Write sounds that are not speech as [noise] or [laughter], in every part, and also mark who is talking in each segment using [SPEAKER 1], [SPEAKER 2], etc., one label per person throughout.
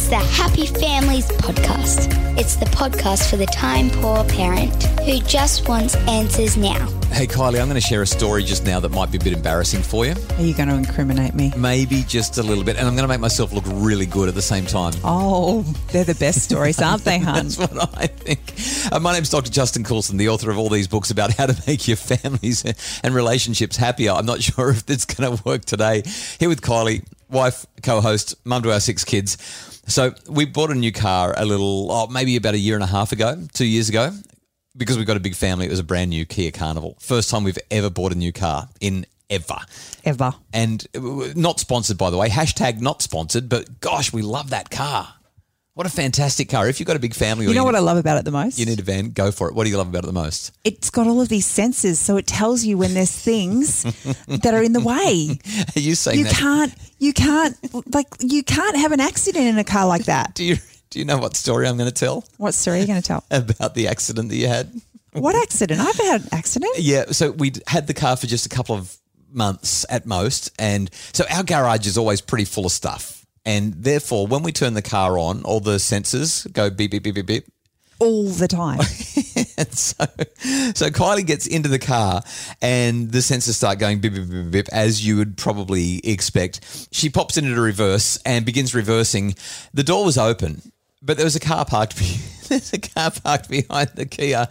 [SPEAKER 1] Happy Families podcast. It's the podcast for the time poor parent who just wants answers now.
[SPEAKER 2] Hey Kylie, I'm going to share a story just now that might be a bit embarrassing for you.
[SPEAKER 3] Are you going to incriminate me?
[SPEAKER 2] Maybe just a little bit. And I'm going to make myself look really good at the same time. [laughs]
[SPEAKER 3] Oh, they're the best stories, aren't they, hun?
[SPEAKER 2] That's what I think. Uh, my name's Dr. Justin Coulson, the author of all these books about how to make your families and relationships happier. I'm not [laughs] sure if it's going to work today. Here with Kylie, wife, co-host, mum to our six kids. So we bought a new car a little, oh, maybe about a year and a half ago, two years ago, because we've got a big family. It was a brand new Kia Carnival. First time we've ever bought a new car in ever.
[SPEAKER 3] [laughs] Ever.
[SPEAKER 2] And uh, not sponsored, by the way. Hashtag not sponsored, but gosh, we love that car. What a fantastic car. If you've got a big family, or
[SPEAKER 3] You know what
[SPEAKER 2] need,
[SPEAKER 3] I love about it the most?
[SPEAKER 2] you need a van, go for it. What do you love about it the most? [laughs]
[SPEAKER 3] it's got all of these sensors, so it tells you when
[SPEAKER 2] [laughs]
[SPEAKER 3] there's things that are in the way.
[SPEAKER 2] Are you saying
[SPEAKER 3] You
[SPEAKER 2] that?
[SPEAKER 3] can't, you can't, like, you can't have an accident in a car like that.
[SPEAKER 2] Do you, do you know what story I'm going to tell
[SPEAKER 3] What story are you going to tell?
[SPEAKER 2] about the accident that you had?
[SPEAKER 3] What accident? I've had an accident.
[SPEAKER 2] Yeah, so we'd had the car for just a couple of months at most. And so our garage is always pretty full of stuff. And therefore, when we turn the car on, all the sensors go beep, beep, beep, beep, beep.
[SPEAKER 3] All
[SPEAKER 2] [laughs]
[SPEAKER 3] the time.
[SPEAKER 2] And so, so Kylie gets into the car and the sensors start going bip, bip, bip, bip, as you would probably expect. She pops into reverse and begins reversing. The door was open, but there was a car parked, be- [laughs] there's a car parked behind the Kia.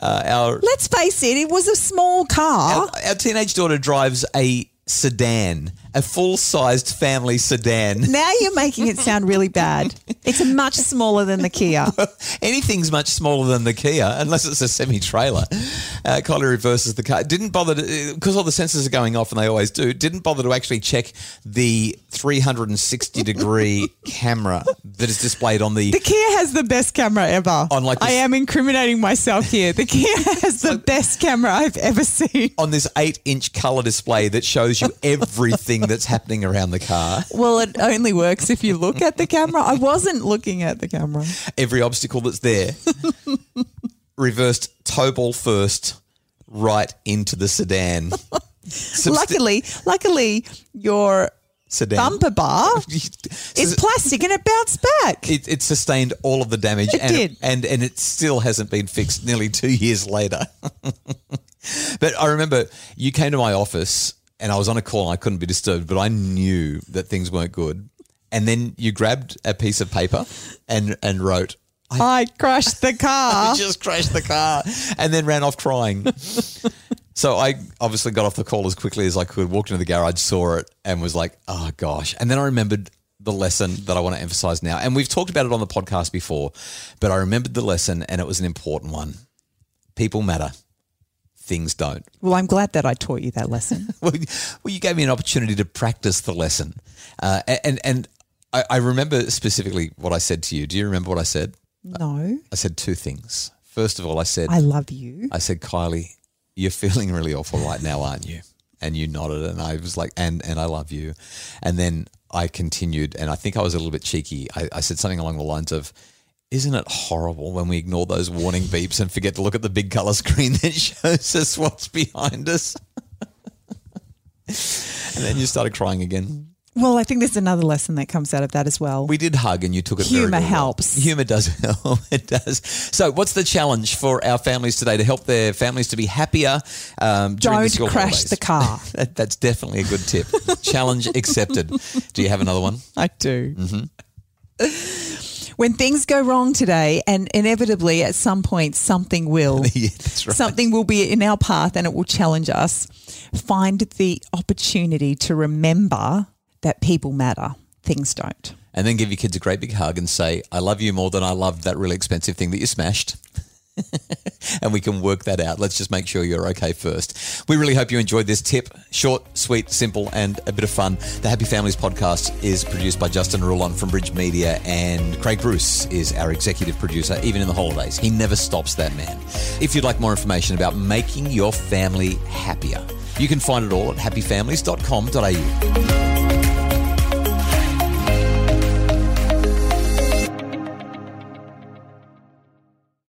[SPEAKER 2] Uh, our
[SPEAKER 3] Let's face it, it was a small car.
[SPEAKER 2] our, our teenage daughter drives a sedan, a full-sized family sedan.
[SPEAKER 3] Now you're making it sound really bad. It's much smaller than
[SPEAKER 2] [laughs]
[SPEAKER 3] the Kia.
[SPEAKER 2] Anything's much smaller than the Kia, unless it's a semi-trailer. Uh, Kylie reverses the car. Didn't bother because all the sensors are going off, and they always do. Didn't bother to actually check the 360 degree camera that is displayed on the.
[SPEAKER 3] The Kia has the best camera ever.
[SPEAKER 2] On like
[SPEAKER 3] I
[SPEAKER 2] this-
[SPEAKER 3] am incriminating myself here. The Kia has
[SPEAKER 2] [laughs]
[SPEAKER 3] the best camera I've ever seen.
[SPEAKER 2] on this eight inch color display that shows you everything that's happening around the car.
[SPEAKER 3] Well, it only works if you look at the camera. I wasn't looking at the camera.
[SPEAKER 2] every obstacle that's there. reversed toe ball first, right into the
[SPEAKER 3] [laughs]
[SPEAKER 2] sedan. Subst-
[SPEAKER 3] luckily, luckily your
[SPEAKER 2] sedan. [laughs]
[SPEAKER 3] bumper bar is
[SPEAKER 2] Sus-
[SPEAKER 3] plastic and it bounced back.
[SPEAKER 2] it, it sustained all of the damage
[SPEAKER 3] It
[SPEAKER 2] and,
[SPEAKER 3] did.
[SPEAKER 2] and and it still hasn't been fixed nearly two years later. [laughs] but I remember you came to my office and I was on a call and I couldn't be disturbed, but I knew that things weren't good. And then you grabbed a piece of paper and and wrote, I
[SPEAKER 3] I crashed the car.
[SPEAKER 2] just crashed the car and then ran off crying. so I obviously got off the call as quickly as I could, walked into the garage, saw it, and was like, oh gosh. And then I remembered the lesson that I want to emphasize now. And we've talked about it on the podcast before, but I remembered the lesson and it was an important one. People matter, things don't.
[SPEAKER 3] [laughs]
[SPEAKER 2] [laughs]
[SPEAKER 3] Well, I'm glad that I taught you that lesson.
[SPEAKER 2] Well, you- well, you gave me an opportunity to practice the lesson. Uh, and, and I, I remember specifically what I said to you. Do you remember what I said?
[SPEAKER 3] No,
[SPEAKER 2] I said two things. First of all, I said,
[SPEAKER 3] I love you.
[SPEAKER 2] I said, Kylie, you're feeling really awful right now, aren't you? And you nodded, and I was like, and and I love you. And then I continued, and I think I was a little bit cheeky. I, I said something along the lines of, "Isn't it horrible when we ignore those warning beeps and forget to look at the big color screen [laughs] that shows us what's behind us?" [laughs] and then you started crying again.
[SPEAKER 3] Well, I think there's another lesson that comes out of that as well.
[SPEAKER 2] We did hug, and you took it. very,
[SPEAKER 3] Humour
[SPEAKER 2] very well.
[SPEAKER 3] helps.
[SPEAKER 2] Humour does [laughs] help. It does. So, what's the challenge for our families today to help their families to be happier? Um, during the
[SPEAKER 3] Don't
[SPEAKER 2] school
[SPEAKER 3] crash
[SPEAKER 2] holidays?
[SPEAKER 3] the
[SPEAKER 2] [laughs]
[SPEAKER 3] car.
[SPEAKER 2] That, that's definitely a good
[SPEAKER 3] [laughs]
[SPEAKER 2] tip. challenge accepted. Do you have another one?
[SPEAKER 3] I do.
[SPEAKER 2] Mm-hmm.
[SPEAKER 3] when things go wrong today, and inevitably at some point something will,
[SPEAKER 2] [laughs] Yeah, that's right.
[SPEAKER 3] something will be in our path and it will challenge us. Find the opportunity to remember that people matter, things don't.
[SPEAKER 2] And then give your kids a great big hug and say, "I love you more than I loved that really expensive thing that you smashed." [laughs] and we can work that out. Let's just make sure you're okay first. We really hope you enjoyed this tip. Short, sweet, simple, and a bit of fun. The Happy Families podcast is produced by Justin Rulon from Bridge Media, and Craig Bruce is our executive producer, even in the holidays. He never stops that man. If you'd like more information about making your family happier, you can find it all at happyfamilies.com.au.